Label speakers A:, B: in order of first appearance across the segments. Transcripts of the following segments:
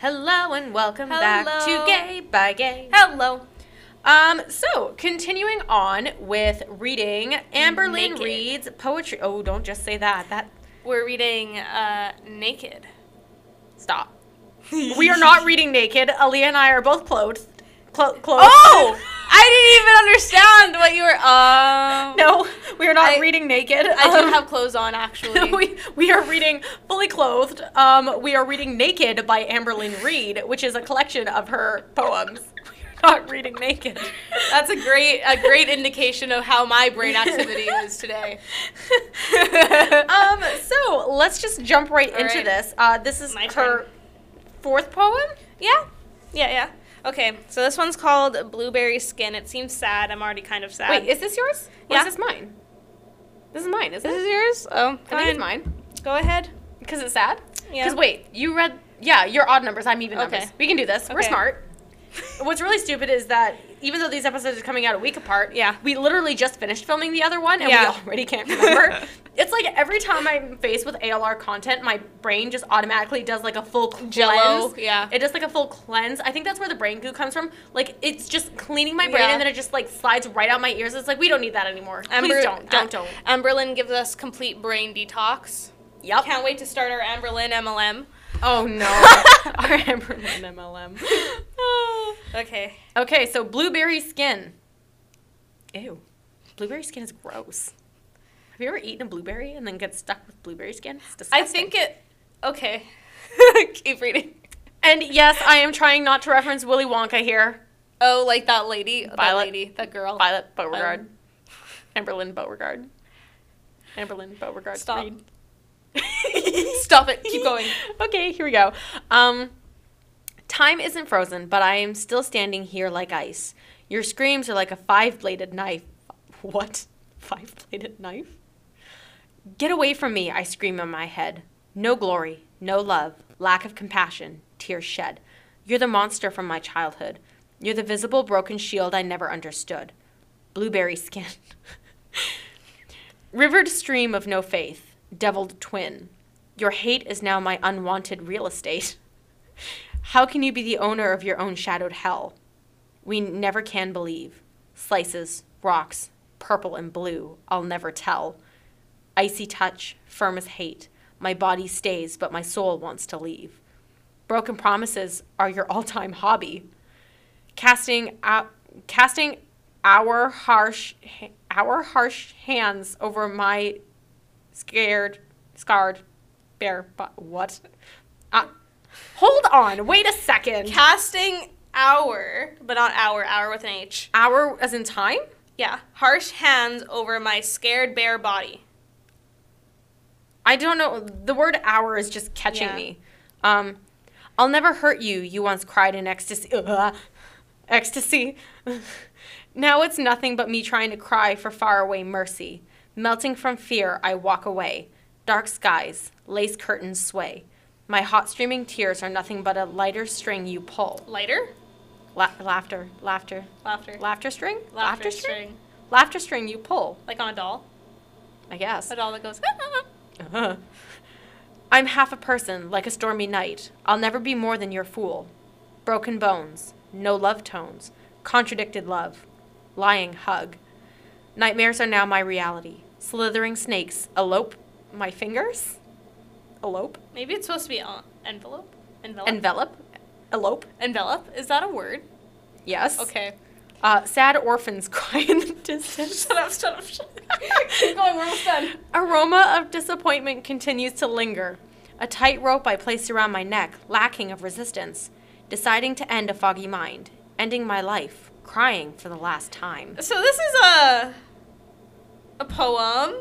A: everyone. Welcome back to
B: Hello.
A: Gay by Gay.
B: Hello.
A: Um, so continuing on with reading, Amberlynn
B: Naked.
A: reads poetry. Oh, don't just say that. That
B: We're reading uh, Naked.
A: stop. we are not reading naked. Aaliyah and I are both clothed. Clo- clothed.
B: Oh! I didn't even understand what you were. Um,
A: no, we are not
B: I-
A: reading naked.
B: I do
A: Um,
B: have clothes on, actually.
A: we, we are reading fully clothed. Um, we are reading Naked by Amberlynn Reed, which is a collection of her poems. We are not reading Naked.
B: That's a great a great indication of how my brain activity is today.
A: um, so let's just jump right
B: All
A: into
B: right.
A: this. Uh, this is
B: My
A: her
B: turn.
A: fourth poem.
B: Yeah. Yeah, yeah. Okay, so this one's called Blueberry Skin. It seems sad. I'm already kind of sad.
A: Wait, is this yours? Or
B: Uh, Yeah.
A: is this mine? This is mine, isn't
B: this
A: it?
B: is yours? Oh,
A: I think it's mine.
B: Go ahead.
A: Because it's sad?
B: Yeah.
A: Because wait, you read, yeah, you're odd numbers, I'm even numbers.
B: Okay.
A: We can do this. We're
B: Okay.
A: smart. What's really stupid is that even though these episodes are coming out a week apart,
B: Yeah.
A: we literally just finished filming the other one and
B: Yeah.
A: we already can't remember. it's like every time I'm faced with ALR content, my brain just automatically does like a full cleanse.
B: Jell-O, yeah.
A: It does like a full cleanse. I think that's where the brain goo comes from. Like it's just cleaning my brain
B: Yeah.
A: and then it just like slides right out my ears. It's like we don't need that anymore. Please don't, don't, don't.
B: Em- Emberlyn uh, gives us complete brain detox.
A: Yep.
B: Can't wait to start our Emberlyn MLM.
A: Oh no. Our Amberlynn MLM.
B: Okay.
A: Okay, so blueberry skin. Ew. Blueberry skin is gross. Have you ever eaten a blueberry and then get stuck with blueberry skin? It's
B: I
A: disgusting.
B: think it. Okay. Keep reading.
A: And yes, I am trying not to reference Willy Wonka here.
B: Oh, like that lady. That
A: Violet.
B: lady. That girl.
A: Violet Beauregard. Amberlynn Beauregard. Amberlyn Beauregard.
B: Stop.
A: Reed.
B: Stop it. Keep going.
A: okay, here we go. Um, time isn't frozen, but I am still standing here like ice. Your screams are like a five bladed knife. What? Five bladed knife? Get away from me, I scream in my head. No glory, no love, lack of compassion, tears shed. You're the monster from my childhood. You're the visible broken shield I never understood. Blueberry skin. Rivered stream of no faith, deviled twin. Your hate is now my unwanted real estate. How can you be the owner of your own shadowed hell? We never can believe. Slices, rocks, purple and blue, I'll never tell. Icy touch, firm as hate. My body stays, but my soul wants to leave. Broken promises are your all time hobby. Casting out, casting our harsh, ha- our harsh hands over my scared, scarred, bare. But what? Uh, hold on. Wait a second.
B: Casting hour, but not hour, hour with an H.
A: Hour as in time?
B: Yeah. Harsh hands over my scared bare body.
A: I don't know. The word hour is just catching
B: Yeah.
A: me. Um, I'll never hurt you, you once cried in ecstasy. Ugh. ecstasy. now it's nothing but me trying to cry for faraway mercy. Melting from fear, I walk away. Dark skies, lace curtains sway. My hot streaming tears are nothing but a lighter string you pull.
B: Lighter?
A: La- laughter, laughter,
B: Laughter.
A: laughter string, laughter,
B: Laughter
A: string?
B: string.
A: laughter string you pull.
B: Like on a doll.
A: I guess.
B: A doll that goes. "Ah,
A: Uh-huh. I'm half a person, like a stormy night. I'll never be more than your fool. Broken bones, no love tones, contradicted love, lying hug. Nightmares are now my reality. Slithering snakes elope my fingers. Elope?
B: Maybe it's supposed to be en- envelope. Envelope.
A: Envelop? Elope?
B: envelope. Is that a word?
A: Yes.
B: Okay.
A: Uh, sad orphans cry in the distance.
B: Shut up. Shut up. Shut up. Keep going. We're almost done.
A: Aroma of disappointment continues to linger. A tight rope I placed around my neck, lacking of resistance, deciding to end a foggy mind, ending my life, crying for the last time.
B: So this is a a poem.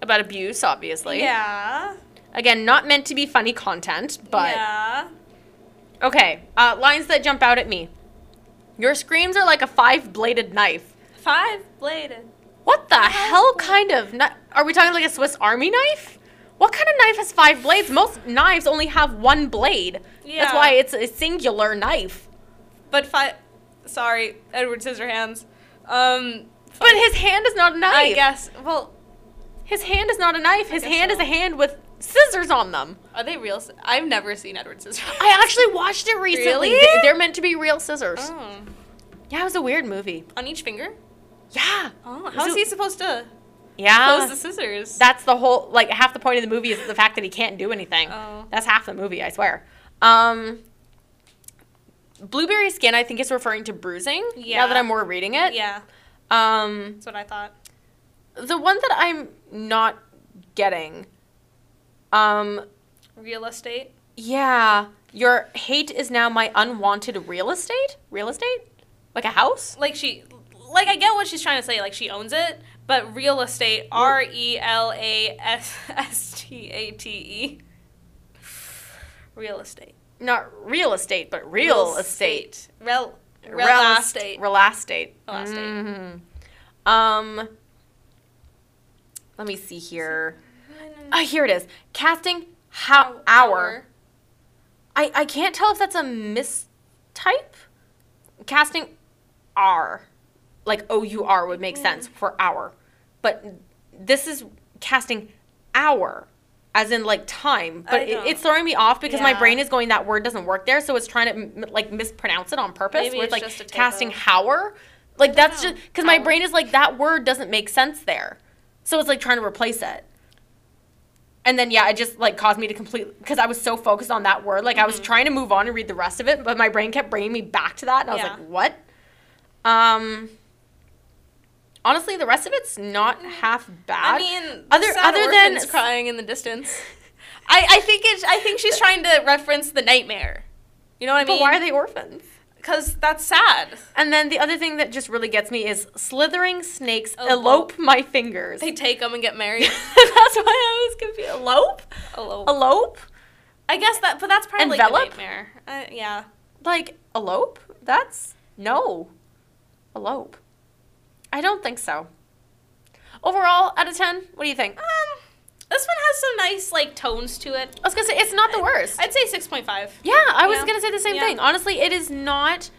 A: About abuse, obviously.
B: Yeah.
A: Again, not meant to be funny content, but.
B: yeah.
A: Okay, uh, lines that jump out at me. Your screams are like a five bladed knife.
B: Five bladed.
A: What the hell kind of knife? Are we talking like a Swiss Army knife? What kind of knife has five blades? Most knives only have one blade. That's
B: Yeah.
A: why it's a singular knife.
B: But five. Sorry, Edward Scissorhands. Um,
A: But his hand is not a knife.
B: I guess. Well,
A: His hand is not a knife. His
B: guess
A: hand
B: so.
A: is a hand with scissors on them.
B: Are they real? sci- I've never seen Edward Scissorhands.
A: I actually watched it recently.
B: Really?
A: They- They're meant to be real scissors.
B: Oh.
A: Yeah, it was a weird movie.
B: On each finger?
A: Yeah.
B: Oh, how is
A: So- Ah.
B: he supposed to
A: Yeah.
B: close the scissors?
A: That's the whole like half the point of the movie is the fact that he can't do anything.
B: Oh.
A: That's half the movie, I swear. Um Blueberry skin, I think, is referring to bruising. Now
B: Yeah.
A: that I'm more reading it.
B: yeah,
A: Um,
B: that's what I thought.
A: the one that I'm not getting. Um,
B: Real estate?
A: yeah, your hate is now my unwanted real estate. Real estate, like a house.
B: Like she, like I get what she's trying to say. Like she owns it, but real estate, R E L A S S T A T E. Real estate.
A: Not real estate, but real, estate.
B: Rel. Real
A: Relast-
B: estate.
A: Relastate.
B: Relastate.
A: Mhm. Um, let me see here. Oh, here it is. Casting how hour. I I can't tell if that's a mistype. Casting R, like O U R, would make sense
B: Mm-hmm.
A: for hour, but this is casting hour, as in like time. But
B: I
A: it,
B: know.
A: it's throwing me off because my
B: Yeah.
A: brain is going that word doesn't work there, so it's trying to m- m- like mispronounce it on purpose.
B: Maybe
A: where
B: it's
A: it's,
B: just a
A: like casting
B: typo.
A: hour, like that's
B: know.
A: just because my
B: Hour.
A: brain is like that word doesn't make sense there, so it's like trying to replace it. And then yeah, it just like caused me to complete because I was so focused on that word. Like I
B: Mm-hmm.
A: was trying to move on and read the rest of it, but my brain kept bringing me back to that, and I was
B: Yeah.
A: like, what? Um. Honestly, the rest of it's not half bad.
B: Mm-hmm. I mean,
A: other other than
B: crying in the distance. I, I think it's I think she's trying to reference the nightmare. You know what I
A: but
B: mean?
A: why are they orphans?
B: Because that's sad.
A: And then the other thing that just really gets me is slithering snakes
B: Oh,
A: elope my fingers.
B: They take them and get married.
A: That's why I was confused. Elope?
B: Elope.
A: Elope?
B: I guess that, but that's probably like
A: Envelop?
B: the nightmare. Uh, yeah.
A: Like elope? That's no. Elope. I don't think so. Overall, out of ten, what do you think?
B: Um, this one has some nice like tones to it.
A: I was gonna say it's not the worst.
B: I'd say six point five.
A: yeah, I was
B: Yeah.
A: gonna say the same
B: Yeah.
A: thing. Honestly, it is not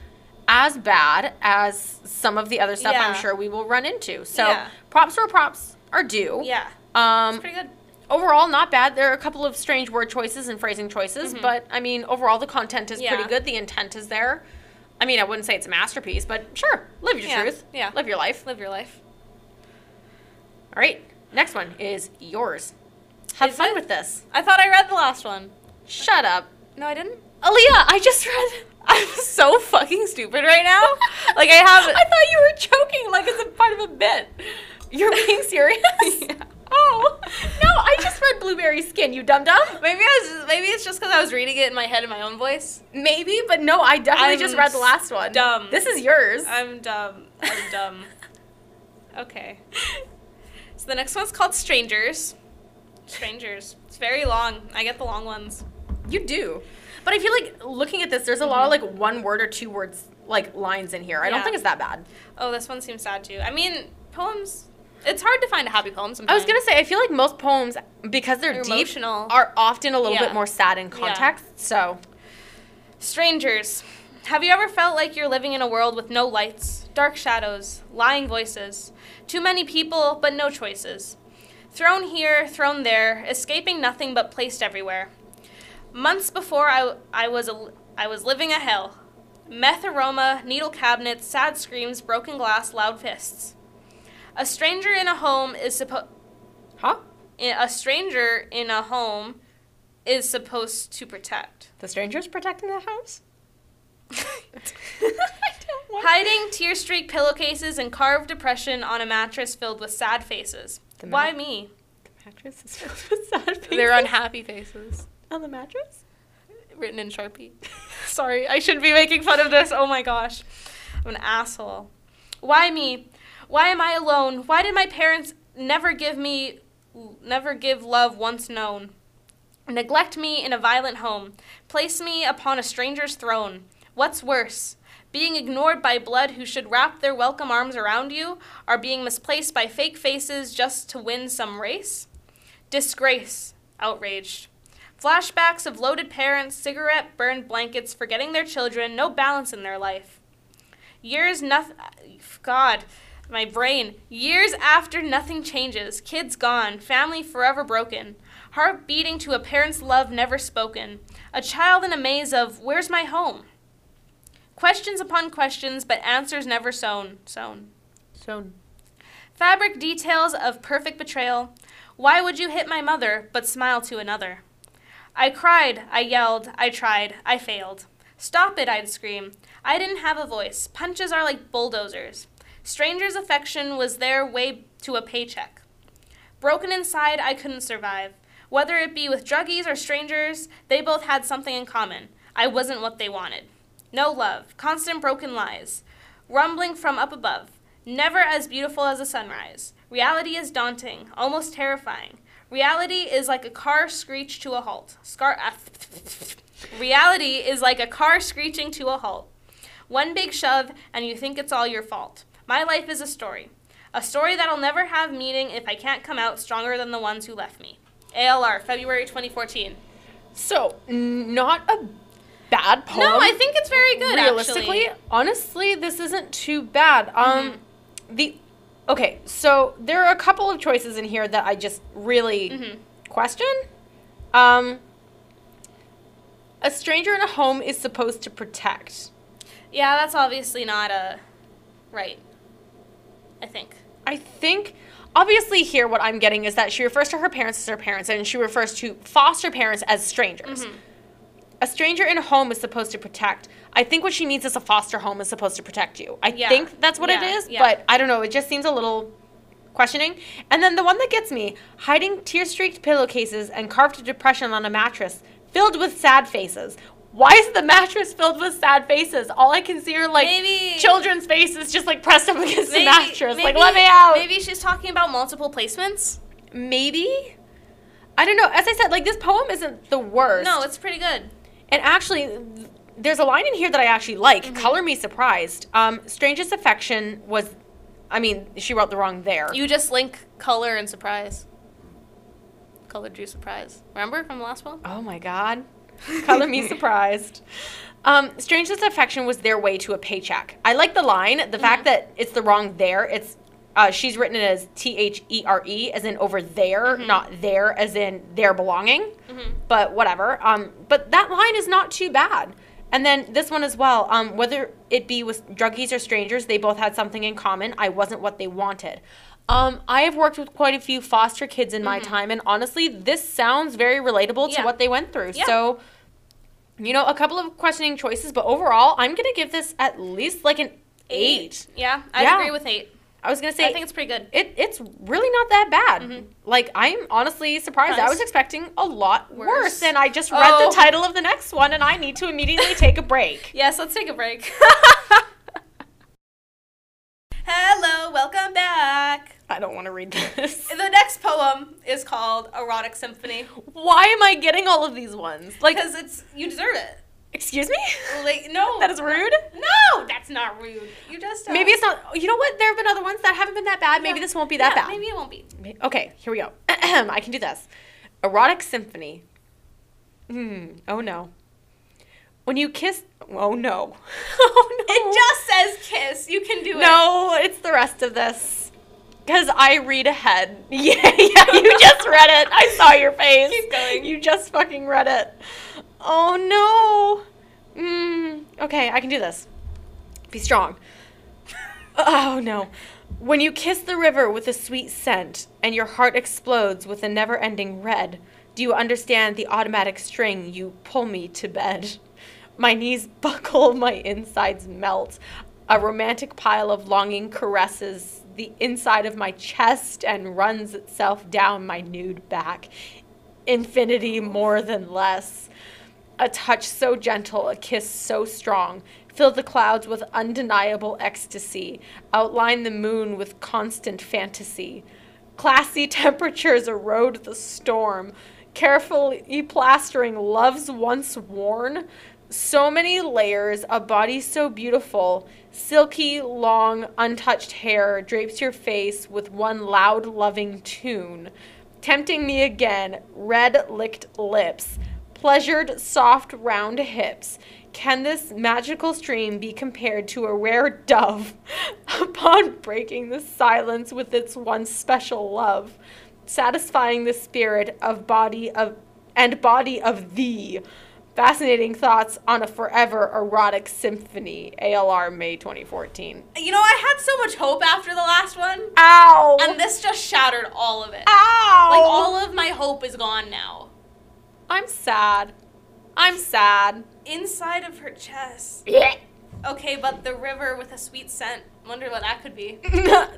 A: as bad as some of the other stuff I'm
B: Yeah.
A: sure we will run into. So
B: Yeah.
A: props where props are due.
B: Yeah,
A: Um,
B: it's pretty good.
A: overall not bad there are a couple of strange word choices and phrasing choices
B: Mhm.
A: but i mean overall the content is pretty
B: Yeah.
A: good the intent is there i mean i wouldn't say it's a masterpiece but sure live your
B: Yeah,
A: truth
B: yeah.
A: live your life
B: Live your life.
A: all right next one is yours have
B: Is
A: fun
B: it?
A: with this
B: I thought I read the last one.
A: shut up
B: No, I didn't.
A: Aaliyah, I just read.
B: I'm so fucking stupid right now. Like I have.
A: I thought you were joking, like it's a part of a bit. You're being serious? Oh no, I just read Blueberry Skin. You dum dum.
B: Maybe I was. Maybe it's just because I was reading it in my head in my own voice.
A: Maybe, but no, I definitely
B: I'm
A: just read the last one.
B: dumb.
A: This is yours.
B: I'm dumb. I'm dumb. Okay. So the next one's called Strangers. Strangers. It's very long. I get the long ones.
A: You do. But I feel like looking at this, there's a lot of like one word or two words like lines in here. I don't
B: Mm-hmm. Yeah.
A: think it's that bad.
B: Oh, this one seems sad too. I mean, poems. It's hard to find a happy poem. Sometimes.
A: I was gonna say I feel like most poems, because they're
B: They're
A: deep,
B: emotional.
A: are often a little
B: Yeah.
A: bit more sad in context. So
B: Strangers. Have you ever felt like you're living in a world with no lights, dark shadows, lying voices, too many people but no choices? Thrown here, thrown there, escaping nothing but placed everywhere. Months before I, I, was, a, I was living a hell. Meth aroma, needle cabinets, sad screams, broken glass, loud fists. A stranger in a home is supposed
A: Huh?
B: a stranger in a home is supposed to protect.
A: The stranger's protecting the house?
B: Hiding tear streaked pillowcases and carved depression on a mattress filled with sad faces.
A: The
B: Why
A: mat-
B: me?
A: The mattress is filled with sad faces.
B: unhappy faces.
A: on the mattress?
B: Written in Sharpie. Sorry, I shouldn't be making fun of this. Oh my gosh. I'm an asshole. Why me? Why am I alone? Why did my parents never give me, never give love once known? Neglect me in a violent home. Place me upon a stranger's throne. What's worse? Being ignored by blood who should wrap their welcome arms around you, or being misplaced by fake faces just to win some race? Disgrace. Outraged. Flashbacks of loaded parents, cigarette burned blankets, forgetting their children, no balance in their life. Years, nothing. God, my brain. Years after nothing changes, kids gone, family forever broken. Heart beating to a parent's love never spoken. A child in a maze of, where's my home? Questions upon questions, but answers never sown. Sown.
A: So
B: Fabric details of perfect betrayal. Why would you hit my mother, but smile to another? I cried, I yelled, I tried, I failed. Stop it, I'd scream. I didn't have a voice. Punches are like bulldozers. Strangers' affection was their way to a paycheck. Broken inside, I couldn't survive. Whether it be with druggies or strangers, they both had something in common. I wasn't what they wanted. No love, constant broken lies. Rumbling from up above, never as beautiful as a sunrise. Reality is daunting, almost terrifying. Reality is like a car screech to a halt. Scar- ah, Reality is like a car screeching to a halt. One big shove, and you think it's all your fault. My life is a story. A story that'll never have meaning if I can't come out stronger than the ones who left me. ALR, February 2014.
A: So n- not a bad poem.
B: No, I think it's very good,
A: realistically,
B: actually.
A: honestly, this isn't too bad. Um,
B: Mm-hmm.
A: the okay, so there are a couple of choices in here that I just really
B: Mm-hmm.
A: question. Um, a stranger in a home is supposed to protect.
B: Yeah, that's obviously not a. Right. I think.
A: I think. Obviously, here what I'm getting is that she refers to her parents as her parents, and she refers to foster parents as strangers.
B: Mm-hmm.
A: A stranger in a home is supposed to protect. I think what she means is a foster home is supposed to protect you. I
B: Yeah.
A: think that's what it
B: Yeah.
A: is,
B: Yeah.
A: but I don't know. It just seems a little questioning. And then the one that gets me hiding tear streaked pillowcases and carved a depression on a mattress filled with sad faces. Why is the mattress filled with sad faces? All I can see are like
B: Maybe-
A: children's faces just like pressed up against the mattress. like, let me out.
B: Maybe she's talking about multiple placements.
A: maybe i don't know as i said like this poem isn't the worst
B: No, it's pretty good.
A: and actually th- there's a line in here that i actually like color me surprised um strangest affection was i mean she wrote the wrong there
B: You just link color and surprise. Color drew surprise. Remember from the last one?
A: oh my god color me surprised um strangest affection was their way to a paycheck i like the line the
B: Mm-hmm.
A: fact that it's the wrong there it's uh, she's written it as T H E R E, as in over there,
B: Mm-hmm.
A: not there, as in their belonging. but whatever. Um, but that line is not too bad. And then this one as well. Um, whether it be with druggies or strangers, they both had something in common. I wasn't what they wanted. Um, I have worked with quite a few foster kids in my time, and honestly, this sounds very relatable to
B: Mm-hmm. Yeah.
A: what they went through.
B: Yeah.
A: So, you know, a couple of questioning choices, but overall, I'm gonna give this at least like an eight.
B: Yeah, I
A: Yeah.
B: agree with eight.
A: I was gonna say
B: I think it's pretty good.
A: it, it's really not that bad. Like I'm honestly surprised. I
B: Nice.
A: was expecting a lot worse.
B: Worse.
A: and I just read
B: Oh.
A: the title of the next one, and I need to immediately take a break.
B: Yes, let's take a break. Hello, welcome back.
A: I don't want to read this.
B: The next poem is called Erotic Symphony
A: Why am I getting all of these ones? Like,
B: because it's you deserve it.
A: excuse me?
B: Like no,
A: that is rude.
B: no, that's not rude. You just uh,
A: Maybe it's not. You know what? There have been other ones that haven't been that bad. Maybe
B: Yeah.
A: this won't be that
B: yeah,
A: bad.
B: Maybe it won't be.
A: Ma- Okay, here we go. I can do this. Erotic symphony. Hmm. Oh no. When you kiss. Oh no. oh no.
B: It just says kiss. You can do it.
A: No, it's the rest of this. Because I read ahead. Yeah, yeah, you just read it. I saw your face.
B: Keep going.
A: You just fucking read it. Oh no. Mm, okay, I can do this. Be strong. Oh no. When you kiss the river with a sweet scent and your heart explodes with a never ending red, do you understand the automatic string you pull me to bed? My knees buckle, my insides melt. A romantic pile of longing caresses the inside of my chest and runs itself down my nude back. Infinity more than less. A touch so gentle, a kiss so strong. Fill the clouds with undeniable ecstasy. Outline the moon with constant fantasy. Classy temperatures erode the storm. Carefully plastering loves once worn. So many layers, a body so beautiful. Silky, long, untouched hair drapes your face with one loud, loving tune. Tempting me again, red licked lips pleasured soft round hips. Can this magical stream be compared to a rare dove upon breaking the silence with its one special love? satisfying the spirit of body of and body of thee. Fascinating thoughts on a forever erotic symphony. ALR May 2014.
B: You know, I had so much hope after the last one,
A: Ow!
B: and this just shattered all of it.
A: Ow!
B: Like all of my hope is gone now.
A: I'm sad. I'm sad.
B: Inside of her chest. Okay, but the river with a sweet scent. Wonder what that could be.
A: That's why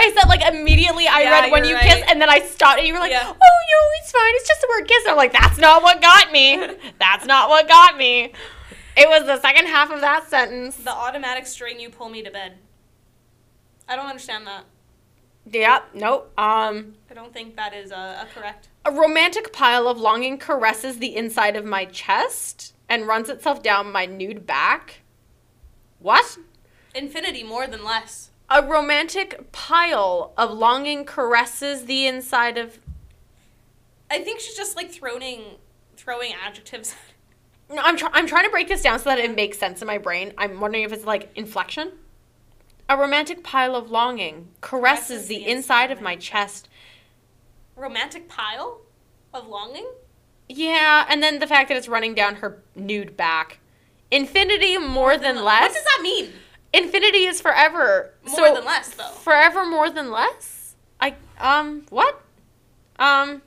A: I said like immediately I
B: Yeah,
A: read when
B: you're
A: you
B: right.
A: kiss and then I stopped and you were like,
B: Yeah.
A: Oh no, it's fine, it's just the word kiss. And I'm like, that's not what got me. that's not what got me. It was the second half of that sentence.
B: The automatic string you pull me to bed. I don't understand that.
A: yep, nope. Um
B: I don't think that is a, a correct.
A: a romantic pile of longing caresses the inside of my chest and runs itself down my nude back. What?
B: Infinity more than less.
A: A romantic pile of longing caresses the inside of
B: I think she's just like throwing throwing adjectives.
A: No, I'm try- I'm trying to break this down so that it makes sense in my brain. I'm wondering if it's like inflection. A romantic pile of longing caresses the inside of my chest.
B: Romantic pile of longing?
A: Yeah, and then the fact that it's running down her nude back. Infinity more than
B: What
A: less.
B: does that mean?
A: Infinity is forever.
B: More
A: So,
B: than less, though.
A: Forever more than less? I um what? Um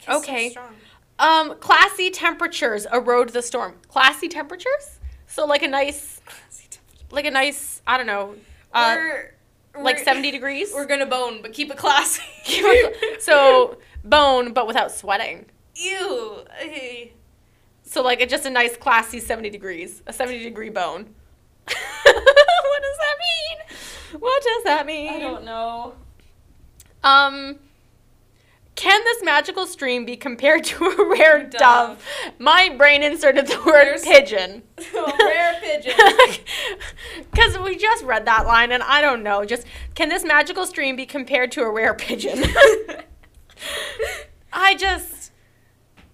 B: Kiss so
A: Okay.
B: strong.
A: um classy temperatures erode the storm. Classy temperatures? So like a nice like a nice, I don't know. Uh,
B: We're-
A: like
B: we're-
A: 70 degrees.
B: We're gonna bone, but keep it classy.
A: so bone, but without sweating.
B: ew. eh.
A: So like a, just a nice classy 70 degrees, a 70 degree bone. what does that mean? What does that mean?
B: I don't know.
A: Um, can this magical stream be compared to a rare dove?
B: Dove.
A: My brain inserted the word
B: There's-
A: pigeon.
B: Rare pigeon.
A: Because we just read that line, and I don't know. Just can this magical stream be compared to a rare pigeon? I just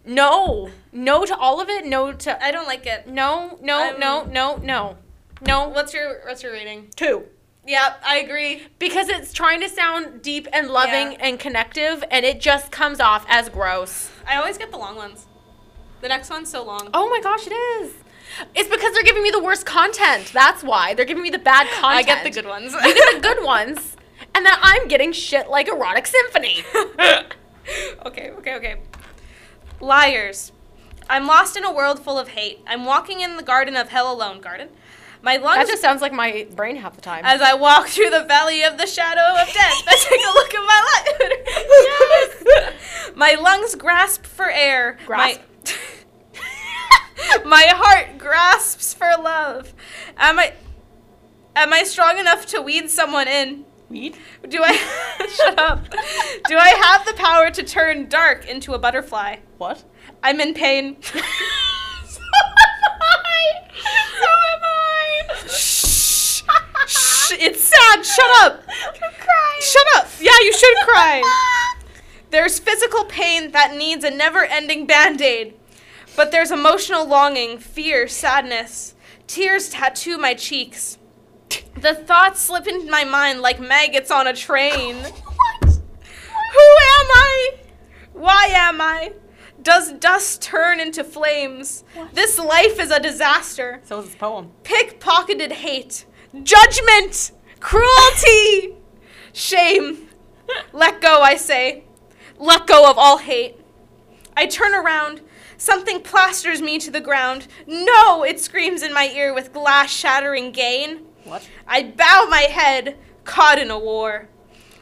A: no, no to all of it. No to uh,
B: I don't like it.
A: no, no, no,
B: I'm-
A: no, no, no.
B: What's your What's your rating?
A: Two
B: Yeah, I agree.
A: because it's trying to sound deep and loving
B: Yeah.
A: and connective, and it just comes off as gross.
B: I always get the long ones. The next one's so long.
A: Oh my gosh, it is. It's because they're giving me the worst content. That's why they're giving me the bad Oh, content.
B: I get the good ones.
A: You get the good ones, and then I'm getting shit like erotic symphony.
B: okay, okay, okay. Liars. I'm lost in a world full of hate. I'm walking in the garden of hell alone. Garden. My
A: that
B: lungs.
A: just sounds like my brain half the time.
B: as I walk through the valley of the shadow of death, I take a look at my life. my lungs grasp for air.
A: Grasp?
B: My, my heart grasps for love. Am I? Am I strong enough to weed someone in?
A: Weed.
B: Do I shut up? Do I have the power to turn dark into a butterfly?
A: What?
B: I'm in pain. so am I. So am I. Shh. Shh. It's sad. Shut up. I'm crying. Shut up. Yeah, you should cry. There's physical pain that needs a never-ending band-aid. But there's emotional longing, fear, sadness. Tears tattoo my cheeks. The thoughts slip into my mind like maggots on a train. Who am I? Why am I? Does dust turn into flames? This life is a disaster.
A: So is this poem.
B: Pickpocketed hate, judgment, cruelty, shame. Let go, I say. Let go of all hate. I turn around. Something plasters me to the ground. No, it screams in my ear with glass shattering gain.
A: What?
B: I bow my head, caught in a war.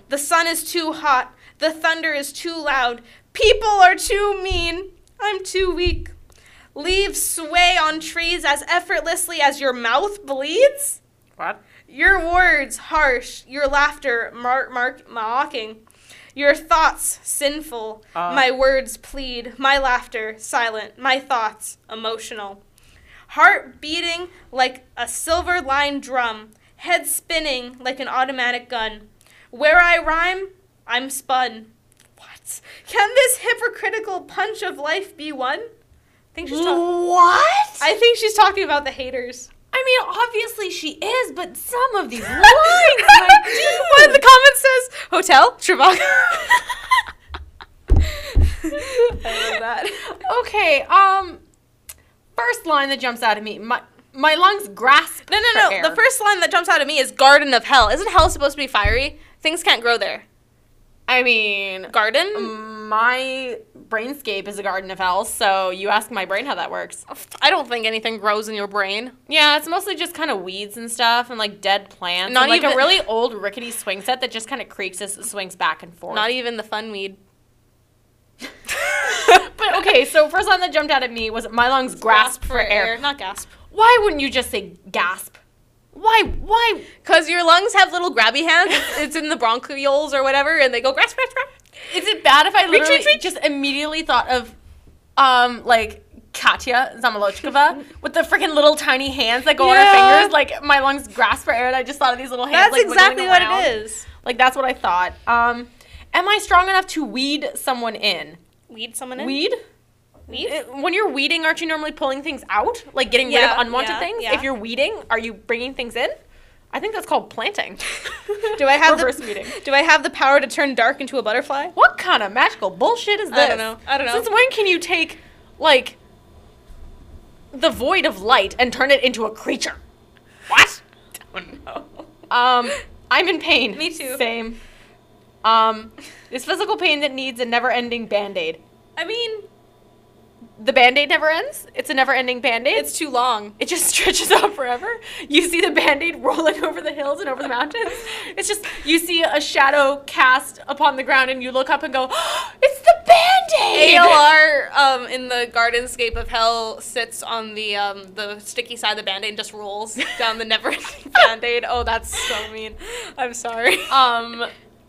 B: The sun is too hot, the thunder is too loud, people are too mean, I'm too weak. Leaves sway on trees as effortlessly as your mouth bleeds?
A: What?
B: Your words harsh, your laughter mark mark mocking. Your thoughts sinful,
A: Uh.
B: my words plead, my laughter silent, my thoughts emotional. Heart beating like a silver lined drum, head spinning like an automatic gun. Where I rhyme, I'm spun. What? Can this hypocritical punch of life be won? I think she's, talk-
A: What?
B: I think she's talking about the haters.
A: I mean, obviously she is, but some of these lines,
B: One of the comments says hotel Trivago. that.
A: Okay. Um, first line that jumps out at me. My my lungs grasp.
B: No,
A: for
B: no, no.
A: air.
B: The first line that jumps out at me is Garden of Hell. Isn't hell supposed to be fiery? Things can't grow there.
A: I mean,
B: Garden?
A: Um, my brainscape is a garden of hell. So you ask my brain how that works.
B: I don't think anything grows in your brain.
A: Yeah, it's mostly just kind of weeds and stuff, and like dead plants.
B: Not
A: and, like a
B: even-
A: really old rickety swing set that just kind of creaks as it swings back and forth.
B: Not even the fun weed. e-,
A: but okay, so first line that jumped out at me was my lungs grasp, for air.
B: Not gasp.
A: Why wouldn't you just say gasp? Why? Why?
B: Because your lungs have little grabby hands. it's in the bronchioles or whatever, and they go grasp, grasp, grasp.
A: Is it bad if I
B: reach,
A: literally
B: reach.
A: just immediately thought of, um, like Katya Zamolochkova with the freaking little tiny hands that go on her
B: Yeah.
A: fingers? Like my lungs grasp for air, and I just thought of these little hands.
B: That's
A: like, wiggling
B: exactly what
A: around.
B: it is.
A: Like that's what I thought. Um, am I strong enough to weed someone in?
B: Weed someone in?
A: Weed?
B: Weed?
A: It- when you're weeding, aren't you normally pulling things out, like getting rid of
B: Yeah,
A: unwanted
B: yeah,
A: things?
B: yeah.
A: If you're weeding, are you bringing things in? I think that's called planting.
B: Do I have
A: reverse
B: the,
A: weeding?
B: Do I have the power to turn dark into a butterfly?
A: What kind of magical bullshit is this?
B: I don't know. I don't know.
A: Since when can you take, like, the void of light and turn it into a creature? What? Oh,
B: don't know.
A: Um, I'm in pain.
B: Me too.
A: Same. Um, this physical pain that needs a never-ending band-aid.
B: I mean,
A: The band-aid never ends. It's a never-ending band-aid.
B: it's too long.
A: it just stretches out forever. You see the band-aid rolling over the hills and over the mountains. It's just you see a shadow cast upon the ground and you look up and go, "It's the band-aid."
B: ALR um, in the Gardenscape of Hell sits on the um, the sticky side of the band aid and just rolls down the never ending band aid. Oh, that's so mean. I'm sorry.
A: Um,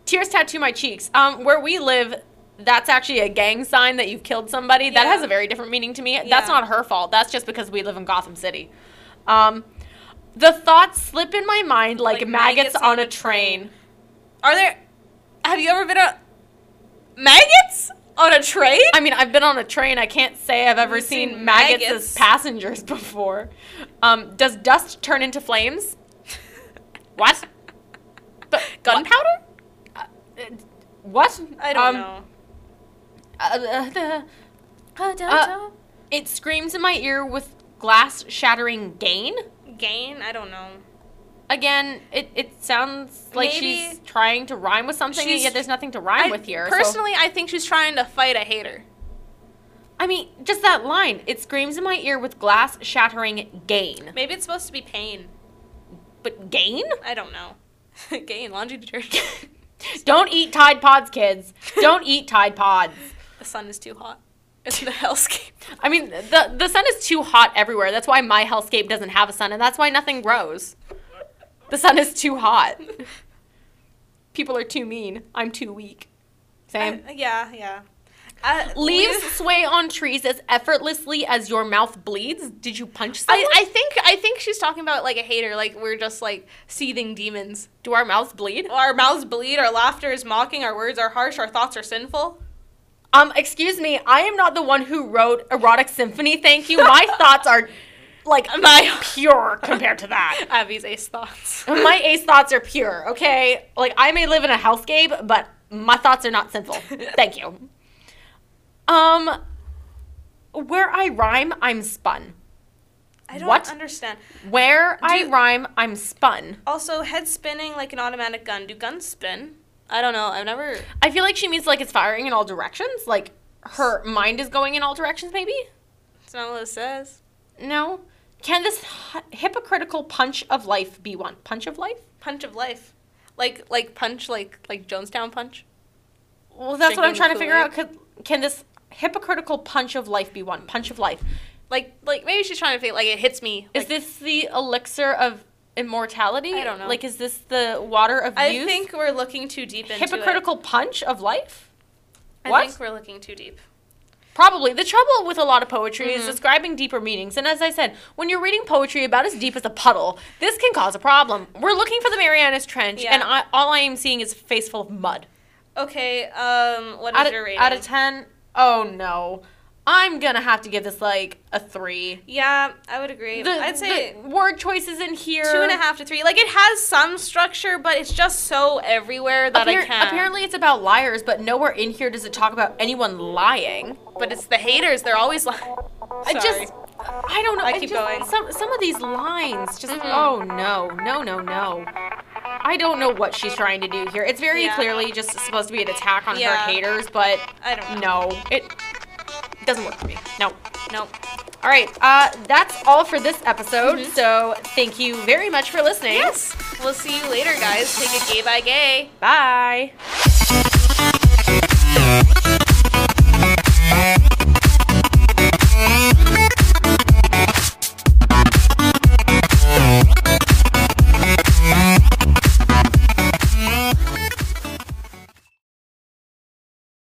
A: tears tattoo my cheeks. Um, where we live, that's actually a gang sign that you've killed somebody. That
B: Yeah.
A: has a very different meaning to me. That's
B: Yeah.
A: not her fault. That's just because we live in Gotham City. Um, the thoughts slip in my mind like,
B: Like
A: maggots,
B: maggots
A: on
B: on
A: a train.
B: Are there. Have you ever been on. Maggots? On a train?
A: I mean, I've been on a train. I can't say I've ever
B: You've
A: seen,
B: seen
A: maggots, as
B: maggots.
A: passengers before. Um, does dust turn into flames? What? But
B: Gunpowder?
A: uh, What?
B: I don't
A: Um,
B: know.
A: uh, uh, the-
B: Oh,
A: uh, It screams in my ear with glass shattering gain.
B: Gain? I don't know.
A: Again, it, it sounds like
B: Maybe-
A: she's trying to rhyme with something,
B: She's-
A: yet there's nothing to rhyme
B: I-
A: with here. so-
B: Personally, I think she's trying to fight a hater.
A: I mean, just that line. It screams in my ear with glass shattering gain.
B: Maybe it's supposed to be pain.
A: But gain?
B: I don't know. Gain, laundry detergent.
A: Don't eat Tide Pods, kids. Don't eat Tide Pods.
B: the sun is too hot. It's the hellscape.
A: I mean, the, the sun is too hot everywhere. That's why my hellscape doesn't have a sun, and that's why nothing grows. The sun is too hot. People are too mean. I'm too weak. Same.
B: I- yeah, yeah. Uh,
A: Leaves
B: leaves-
A: sway on trees as effortlessly as your mouth bleeds. Did you punch someone?
B: I, I think I think she's talking about like a hater, like we're just like seething demons.
A: Do our mouths bleed?
B: Our mouths bleed, our laughter is mocking, our words are harsh, our thoughts are sinful.
A: Um, excuse me, I am not the one who wrote Erotic Symphony, thank you. My thoughts are like my pure compared to that.
B: Abby's ace thoughts.
A: My ace thoughts are pure, okay? Like I may live in a hellscape, but my thoughts are not sinful. Thank you. Um where I rhyme, I'm spun.
B: I don't
A: What?
B: understand.
A: Where I
B: Do-
A: rhyme, I'm spun.
B: Also, head spinning like an automatic gun. Do guns spin? I don't know. I've never.
A: I feel like she means like it's firing in all directions. Like her mind is going in all directions, maybe?
B: It's not what it says.
A: No. Can this hy- hypocritical punch of life be one? Punch of life?
B: Punch of life, like like punch like like Jonestown punch.
A: Well, that's what I'm trying
B: Drinking
A: to figure out. Could, can this hypocritical punch of life be one? Punch of life.
B: Like like maybe she's trying to think like it hits me.
A: Is
B: like-
A: this the elixir of immortality?
B: I don't know.
A: Like, is this the water of
B: I
A: youth?
B: think we're looking too deep into it.
A: hypocritical punch of life.
B: I
A: What?
B: think we're looking too deep.
A: Probably. The trouble with a lot of poetry is
B: Mm-hmm.
A: describing deeper meanings. And as I said, when you're reading poetry about as deep as a puddle, this can cause a problem. We're looking for the Marianas Trench, and
B: Yeah.
A: I, all I am seeing is a face full of mud.
B: Okay, um, what is
A: Out of,
B: your rating?
A: out of 10, oh no. I'm gonna have to give this like a three.
B: Yeah, I would agree.
A: The-
B: I'd say
A: the word choices in here
B: two and a half to three. Like it has some structure, but it's just so everywhere that I
A: Appar-
B: can't.
A: Apparently, it's about liars, but nowhere in here does it talk about anyone lying.
B: but it's the haters. They're always like.
A: I just, I don't know.
B: I keep
A: just-
B: going.
A: Some some of these lines, just
B: Mhm.
A: oh no, no, no, no. I don't know what she's trying to do here. It's very
B: Yeah.
A: clearly just supposed to be an attack on
B: Yeah.
A: her haters, but
B: I don't know.
A: no, it doesn't work for me. No.
B: No.
A: All right, uh, that's all for this episode.
B: Mhm.
A: So thank you very much for listening.
B: Yes. We'll see you later, guys. Take it gay by gay.
A: Bye.